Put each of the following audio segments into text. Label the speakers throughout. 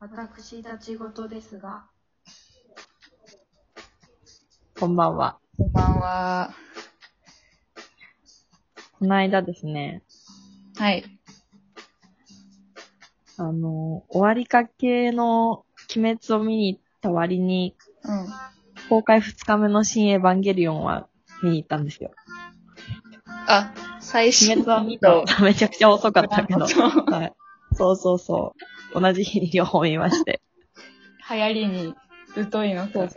Speaker 1: 私たち事ですが、
Speaker 2: こんばんは。
Speaker 3: こんばんは。
Speaker 2: この間ですね、
Speaker 3: はい。
Speaker 2: あの、終わりかけの鬼滅を見に行った割に、
Speaker 3: うん。
Speaker 2: 公開2日目の新エヴァンゲリオンは見に行ったんですよ。
Speaker 3: あ、最
Speaker 2: 鬼
Speaker 3: 新
Speaker 2: 滅は見た。めちゃくちゃ遅かったけど。
Speaker 3: そう
Speaker 2: はい。そうそうそう。同じ日に両方見まして。
Speaker 3: 流行りに疎いのか。
Speaker 2: そう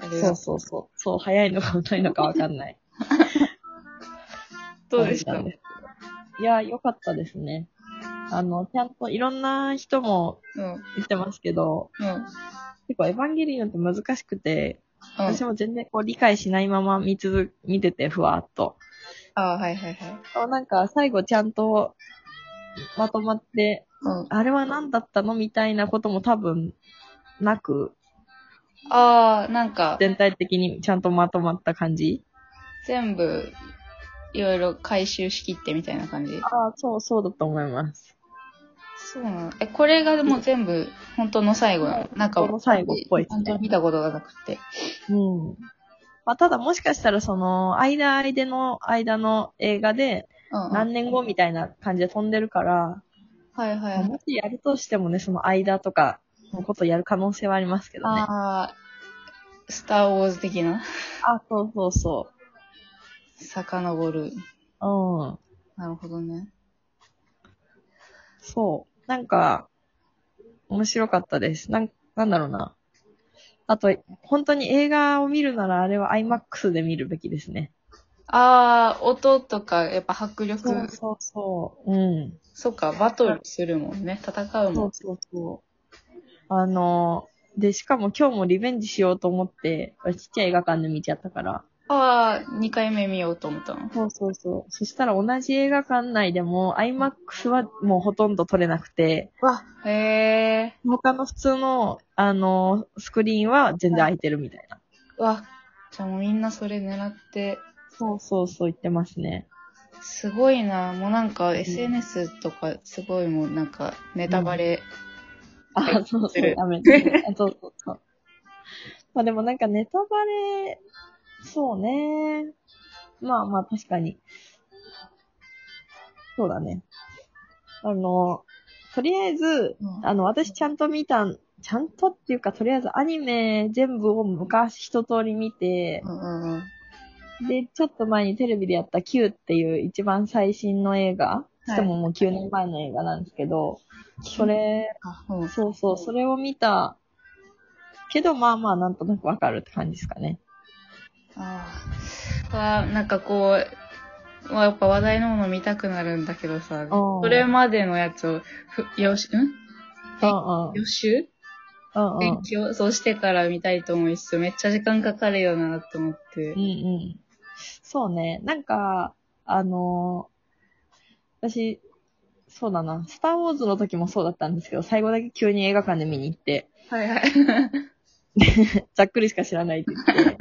Speaker 3: あれ
Speaker 2: そうそうそう。そう、早いのか遅いのかわかんない。
Speaker 3: どうでした
Speaker 2: 感じなんすけどいや、良かったですね。あの、ちゃんといろんな人も
Speaker 3: うん。うん。
Speaker 2: 言ってますけど、
Speaker 3: うん。
Speaker 2: 結構エヴァンゲリオンって難しくて、私も全然こう理解しないまま見続、見ててふわっと。
Speaker 3: あはいはいはい。
Speaker 2: あなんか最後ちゃんとまとまって、
Speaker 3: うん。
Speaker 2: あれは何だったのみたいなことも多分なく、
Speaker 3: あー、なんか、
Speaker 2: 全体的にちゃんとまとまった感じ
Speaker 3: 全部、いろいろ回収しきってみたいな感じ。
Speaker 2: ああ、そう、そうだと思います。
Speaker 3: そうなのえ、これがもう全部、本当の最後なのなんか、
Speaker 2: 本当の最後っぽいですね
Speaker 3: 本当に見たことがなくて。
Speaker 2: うん。まあ、ただもしかしたらその、間間の間の映画で
Speaker 3: うんうん。
Speaker 2: 何年後みたいな感じで飛んでるから、
Speaker 3: はいは
Speaker 2: まあ
Speaker 3: い。
Speaker 2: もしやるとしてもね、その間とかのことやる可能性はありますけどね。
Speaker 3: あー、スターウォーズ的な、
Speaker 2: あ、そうそうそ
Speaker 3: 遡る。
Speaker 2: う。うん。
Speaker 3: なるほどね。
Speaker 2: そう。なんか、面白かったです。なん、なんだろうな。あと、本当に映画を見るならあれは IMAX で見るべきですね。
Speaker 3: あー、音とか、やっぱ迫力。
Speaker 2: そうそうそう。うん。
Speaker 3: そうか、バトルするもんね。戦う
Speaker 2: そ
Speaker 3: も。
Speaker 2: うんそうそう。あの、で、しかも今日もリベンジしようと思って、ちっちゃい映画館で見ちゃったから。
Speaker 3: ああ、2回目見ようと思ったの。
Speaker 2: そうそうそう。そしたら同じ映画館内でも IMAX はもうほとんど撮れなくて、
Speaker 3: わ、へえ。
Speaker 2: 他の普通の、あの、スクリーンは全然空いてるみたいな。
Speaker 3: わ、じゃあもうみんなそれ狙って、
Speaker 2: そうそうそう言ってますね。
Speaker 3: すごいな。もうなんか SNS とか、すごいもうなんか、ネタバレ。
Speaker 2: あ、そう
Speaker 3: す
Speaker 2: そう、
Speaker 3: る
Speaker 2: ダメです。あそうそうそう。まあでもなんかネタバレ、そうね。まあまあ確かに。そうだね。あの、とりあえず、
Speaker 3: うん
Speaker 2: あの、私ちゃんと見たん、ちゃんとっていうか、とりあえずアニメ全部を昔一通り見て
Speaker 3: う、んうんうん。
Speaker 2: で、ちょっと前にテレビでやった Q っていう一番最新の映画、
Speaker 3: い
Speaker 2: しかももう9年前の映画なんですけど、それ
Speaker 3: あ、うん。
Speaker 2: そうそう、それを見た。けど、まあまあ、なんとなくわかるって感じですかね。
Speaker 3: あーあー、なんかこう、まあ、やっぱ話題のもの見たくなるんだけどさ、
Speaker 2: うん
Speaker 3: それまでのやつをふ、よし、ん
Speaker 2: うんうん。
Speaker 3: 予習
Speaker 2: うんうん。
Speaker 3: 勉強、そうしてから見たいと思いつつ、めっちゃ時間かかるよなと思って
Speaker 2: うんう。ん。そうね。なんか、あのー私、そうだな。スターウォーズの時もそうだったんですけど、最後だけ急に映画館で見に行って、
Speaker 3: はいはい。
Speaker 2: ざっくりしか知らないって言って。だか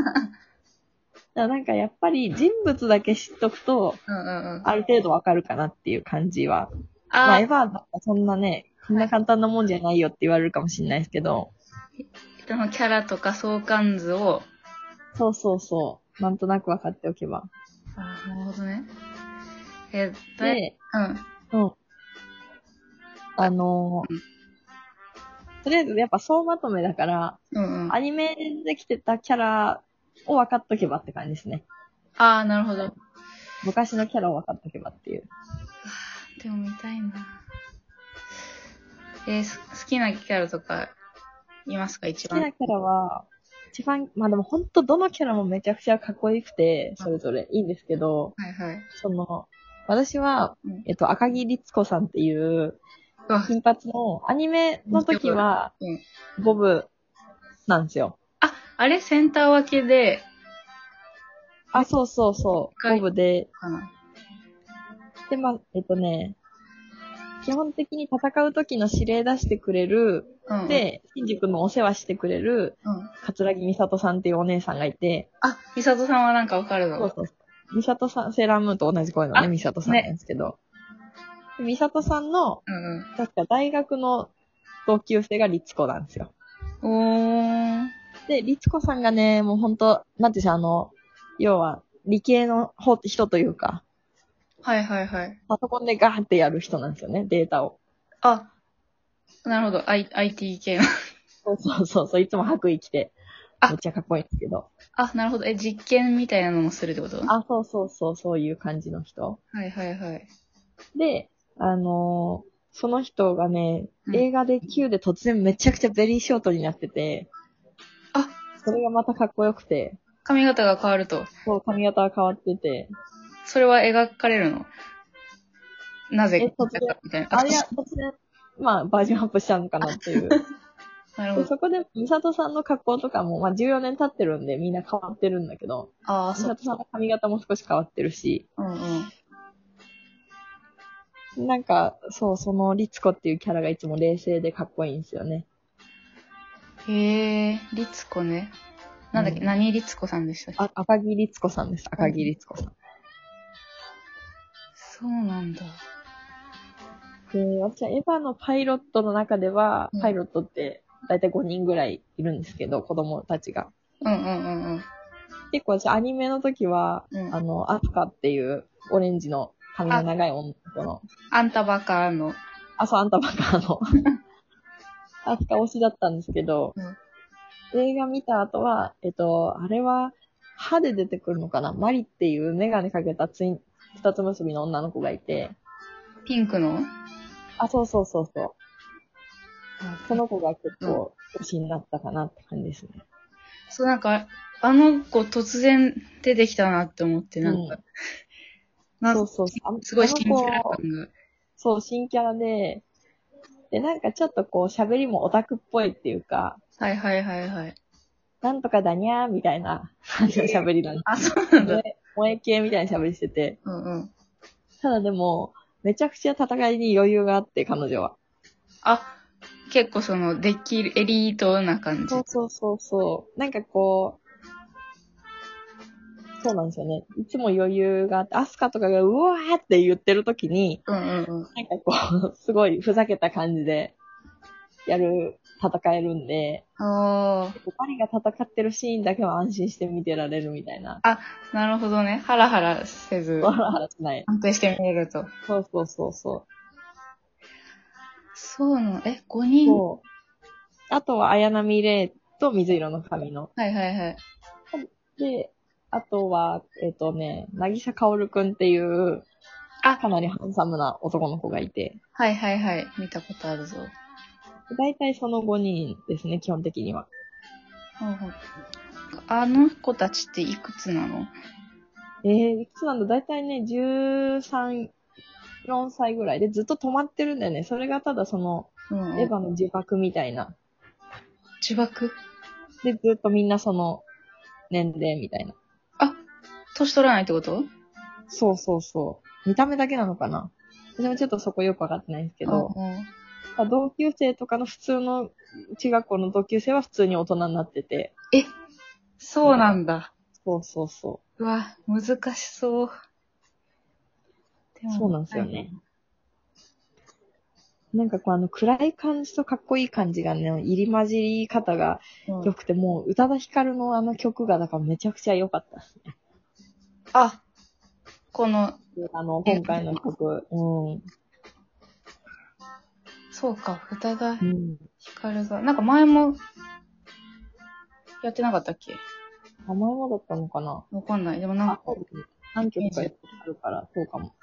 Speaker 2: らなんかやっぱり人物だけ知っとくと、
Speaker 3: うんうんうん。
Speaker 2: ある程度わかるかなっていう感じはまあ、
Speaker 3: あ
Speaker 2: エヴ、ァーそんなね、こんな簡単なもんじゃないよって言われるかもしれないですけど、
Speaker 3: 人のキャラとか相関図を。
Speaker 2: そうそうそう、なんとなく分かっておけば。
Speaker 3: あなるほどね。え、だい、
Speaker 2: で、
Speaker 3: うん。
Speaker 2: うん。あのーとりあえずやっぱ総まとめだから、
Speaker 3: うんうん。
Speaker 2: ア
Speaker 3: あ
Speaker 2: ニメできてたキャラを分かっとけばって感じですね。
Speaker 3: あー、なるほど。
Speaker 2: 昔のキャラを分かっとけばっていう。
Speaker 3: でも見たいな。えーす好きなキャラとか、いますか一
Speaker 2: 好き
Speaker 3: 番。
Speaker 2: なキャラは、一番、まあでも本当どのキャラもめちゃくちゃかっこよくて、それぞれいいんですけど、
Speaker 3: はいはい。
Speaker 2: その、私は
Speaker 3: うん、
Speaker 2: えっと、赤木律子さんっていう、
Speaker 3: うわ
Speaker 2: 金髪のアニメの時は
Speaker 3: うん、
Speaker 2: ボブなんですよ。
Speaker 3: あ、あれセンター分けで、
Speaker 2: あ、そうそうそう、
Speaker 3: はい
Speaker 2: ボブで。
Speaker 3: かな。
Speaker 2: で、まあ、えっとね、基本的に戦う時の指令出してくれる、
Speaker 3: うんうん。、
Speaker 2: で、新宿のお世話してくれる、
Speaker 3: うん。
Speaker 2: 桂木美里さんっていうお姉さんがいて、
Speaker 3: あ、美里さんはなんかわかる
Speaker 2: そう
Speaker 3: ぞ。
Speaker 2: そうそう。美里さん、セーラームーンと同じ声のね、
Speaker 3: あ
Speaker 2: 美里さんなんですけど、で美里さんの、
Speaker 3: うんうん。
Speaker 2: 確か大学の同級生が律子なんですよ。
Speaker 3: おー。
Speaker 2: で、律子さんがね、もうほんと、なんていうんでしょう、あの、要は、理系の方人というか、
Speaker 3: はいはいはい。
Speaker 2: パソコンでガーってやる人なんですよね、データを。
Speaker 3: あ、なるほど。I、IT 系の。
Speaker 2: そうそうそうそう、いつも白衣着て、
Speaker 3: あ
Speaker 2: めっちゃかっこいいんですけど。
Speaker 3: あ、なるほど。え、実験みたいなのもするってことは
Speaker 2: あ、そうそうそう、そういう感じの人。
Speaker 3: いはいはい。
Speaker 2: で、あのーその人がね
Speaker 3: う、ん
Speaker 2: 映画で Q で突然めちゃくちゃベリーショートになってて、
Speaker 3: あ
Speaker 2: それがまたかっこよくて、
Speaker 3: 髪型が変わると。
Speaker 2: そう、髪型が変わってて、
Speaker 3: それは描かれるのなぜ
Speaker 2: え突然
Speaker 3: みたいな。
Speaker 2: あれは突然、まあ、バージョンアップしたのかなって いう。
Speaker 3: なるほ
Speaker 2: で
Speaker 3: ど。
Speaker 2: そこで、ミサトさんの格好とかも、まあ、14年経ってるんで、みんな変わってるんだけど、
Speaker 3: ああ、
Speaker 2: ミ
Speaker 3: そ
Speaker 2: サ
Speaker 3: う
Speaker 2: ト。さんの髪型も少し変わってるし、
Speaker 3: うんうん。
Speaker 2: なんか、そう、その、リツコっていうキャラがいつも冷静でかっこいいんですよね。
Speaker 3: へえ、リツコね。なんだっけ、
Speaker 2: うん
Speaker 3: 何リツコさんでしたっけ
Speaker 2: あ赤木律子さんです。赤木律子さん。
Speaker 3: そうなんだ。
Speaker 2: で、私はエヴァのパイロットの中では
Speaker 3: うん、
Speaker 2: パイロットって大体5人ぐらいいるんですけど、子供たちが。
Speaker 3: うんうんうんうん。
Speaker 2: 結構私アニメの時は、
Speaker 3: うん
Speaker 2: あの、アスカっていうオレンジの髪の長い女の子の、
Speaker 3: あんたばかの。
Speaker 2: あ、そう、あんたばっ かの、アスカ推しだったんですけど、
Speaker 3: うん
Speaker 2: 映画見た後は、えっと、あれは、歯で出てくるのかなマリっていうメガネかけたツイン、二つ結びの女の子がいて、
Speaker 3: ピンクの
Speaker 2: あ、そうそうそうそう。その子が結構推しになったかなって感じですね。
Speaker 3: そう、なんか、あの子突然出てきたなって思って、なんか、なん
Speaker 2: そ
Speaker 3: か
Speaker 2: うそうそう。あ
Speaker 3: すごい
Speaker 2: あの
Speaker 3: 新キャラ
Speaker 2: 子
Speaker 3: 感が。
Speaker 2: そう、新キャラで、で、なんかちょっとこう喋りもオタクっぽいっていうか、
Speaker 3: はいはいはいはい。
Speaker 2: なんとかだにゃーみたいな感じの喋りなんで
Speaker 3: あ、そうなんだ。
Speaker 2: で萌え系みたいな喋りしてて、
Speaker 3: うんうん。
Speaker 2: ただでも、めちゃくちゃ戦いに余裕があって、彼女は。
Speaker 3: あ、結構その、できる、エリートな感じ
Speaker 2: そう。そうそうそう。なんかこう、そうなんですよね。いつも余裕があって、アスカとかがうわーって言ってる時に、
Speaker 3: うんうんうん。
Speaker 2: なんかこう、 すごいふざけた感じで、やる、戦えるんで、
Speaker 3: あ
Speaker 2: バリが戦ってるシーンだけは安心して見てられるみたいな。
Speaker 3: あ、なるほどね。ハラハラせず、
Speaker 2: わらわらしない。
Speaker 3: 安定して見れると。
Speaker 2: そうそうそうそ
Speaker 3: そうなの。え、5
Speaker 2: う。
Speaker 3: 人
Speaker 2: そう。あとは、綾波レイと水色の髪の。
Speaker 3: はいはいはい。
Speaker 2: で、あとは、えっ、とね、渚薫くんっていう、
Speaker 3: あ
Speaker 2: かなりハンサムな男の子がいて、
Speaker 3: はいはいはい。見たことあるぞ。
Speaker 2: だいたいその5人ですね、基本的には。
Speaker 3: うんうんあの子たちっていくつなの
Speaker 2: えー、いくつなんだだいたいね、13、4歳ぐらいでずっと止まってるんだよね。それがただその、
Speaker 3: うんうん
Speaker 2: エヴァの自爆みたいな。
Speaker 3: 自爆
Speaker 2: で、ずっとみんなその、年齢みたいな。
Speaker 3: あ、年取らないってこと
Speaker 2: そうそうそう。見た目だけなのかな私もちょっとそこよくわかってないんですけど、
Speaker 3: うんうん
Speaker 2: まあ同級生とかの普通の、中学校の同級生は普通に大人になってて、
Speaker 3: え、そうなんだ。
Speaker 2: そうそうそう
Speaker 3: わ、難しそう。で
Speaker 2: う。
Speaker 3: も
Speaker 2: そうなんですよね。。なんかこうあの暗い感じとかっこいい感じがね、入り混じり方が
Speaker 3: うん
Speaker 2: 良くて、もう、宇多田ヒカルのあの曲が、だからめちゃくちゃ良かったですね。
Speaker 3: あ、この、
Speaker 2: あの、今回の曲。うん。
Speaker 3: そうか、宇多田
Speaker 2: うん。
Speaker 3: ヒカルが、なんか前も、やってなかったっけ
Speaker 2: 名前もだったのかな
Speaker 3: わかんない。でもなん
Speaker 2: あ
Speaker 3: か、、
Speaker 2: そうですね。何曲かやってるから、そうかも。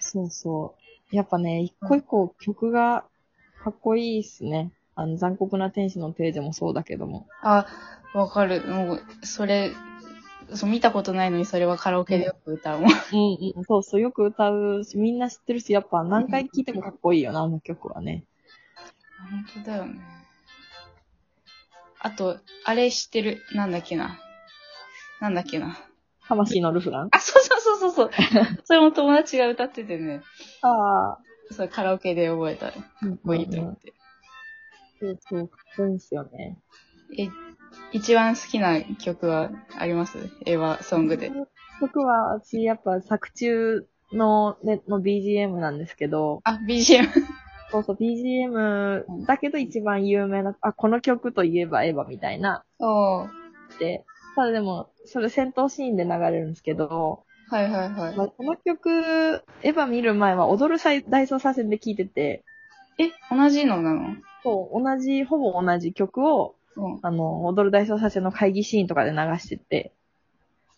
Speaker 2: そうそう。やっぱね、一個一個曲がかっこいいっすね。あの、残酷な天使のページもそうだけども。
Speaker 3: あ、わかる。もう、それ、そう見たことないのにそれはカラオケでよく歌うもん。
Speaker 2: うんうん。そうそう、よく歌うし、みんな知ってるし、やっぱ何回聴いてもかっこいいよな、あの曲はね。
Speaker 3: 本当だよね。あと、あれ知ってる。なんだっけな。なんだっけな。
Speaker 2: 魂のルフラン
Speaker 3: あ、そうそうそう そうそう。それも友達が歌っててね。
Speaker 2: ああ。
Speaker 3: それカラオケで覚えた。か
Speaker 2: かっ
Speaker 3: っこいいと思って。
Speaker 2: そうそう、かっこいいんすよね。
Speaker 3: え、一番好きな曲はありますエヴァソングで。
Speaker 2: 僕は、私、やっぱ作中の、ね、の BGM なんですけど、
Speaker 3: あ、BGM。
Speaker 2: そうそう、BGM だけど一番有名な、あ、この曲といえばエヴァみたいな、
Speaker 3: そう。
Speaker 2: って。ただでも、それ戦闘シーンで流れるんですけど、
Speaker 3: はいはいはい。
Speaker 2: まあこの曲、エヴァ見る前は踊る最大捜査線で聴いてて、
Speaker 3: え、同じのなの
Speaker 2: そう、同じ、ほぼ同じ曲を、
Speaker 3: うん。
Speaker 2: あの、踊る大捜査線の会議シーンとかで流してて、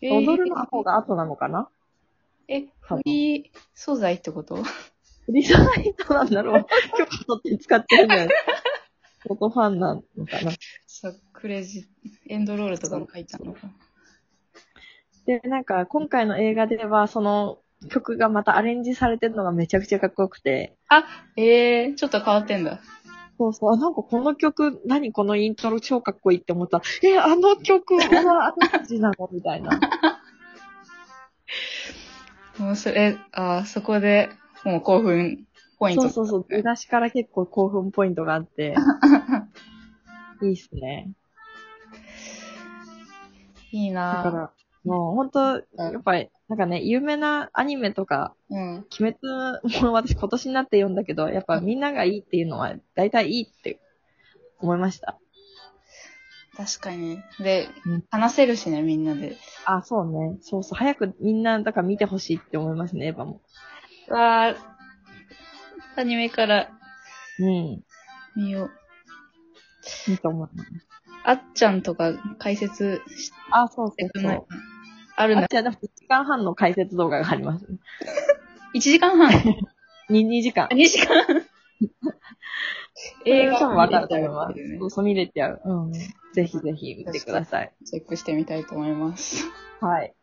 Speaker 3: えー
Speaker 2: 踊るの方が後なのかな
Speaker 3: え、フリー素材ってこと
Speaker 2: リサイトなんだろう今日撮って使ってるんだよ。元ファンなのかな
Speaker 3: さ、クレジ、エンドロールとかも書いたのか。
Speaker 2: で、なんか、今回の映画では、その曲がまたアレンジされてるのがめちゃくちゃかっこよくて、
Speaker 3: えー、ちょっと変わってんだ。
Speaker 2: そうそう、あ、なんかこの曲、何このイントロ超かっこいいって思ったら、え、あの曲はあの感じなのみたいな。
Speaker 3: もうそれ、あーそこで、もう興奮 ポイント。
Speaker 2: そうそうそう、出だしから結構興奮ポイントがあって、いいっすね。
Speaker 3: いい
Speaker 2: だか
Speaker 3: な
Speaker 2: ら、もう本当、やっぱり、なんかね、有名なアニメとか、
Speaker 3: ぁ。うん。
Speaker 2: 鬼滅も私今年になって読んだけど、やっぱみんながいいっていうのは大体いいって思いました。
Speaker 3: 確かに。で、
Speaker 2: うん
Speaker 3: 話せるしね、みんなで。
Speaker 2: あ、そうね。そうそう。早くみんな、だから見てほしいって思いますね、エヴァも。
Speaker 3: わー、アニメから
Speaker 2: うん。
Speaker 3: 見よう。
Speaker 2: いいと思います。
Speaker 3: あっちゃんとか解説し
Speaker 2: あ、そうそ
Speaker 3: て
Speaker 2: う
Speaker 3: くん
Speaker 2: そ
Speaker 3: な
Speaker 2: う
Speaker 3: い。あるん
Speaker 2: あ
Speaker 3: だ
Speaker 2: っ。ちはでも1時間半の解説動画があります。
Speaker 3: 1時間半
Speaker 2: 2, 2時間。
Speaker 3: ?2 時間映画
Speaker 2: 多分わかると思い
Speaker 3: 見
Speaker 2: ま
Speaker 3: れたらいいです
Speaker 2: す。
Speaker 3: ね
Speaker 2: そうそう、見れちゃう。うん。ぜひぜひ見てください。
Speaker 3: チェックしてみたいと思います。
Speaker 2: はい。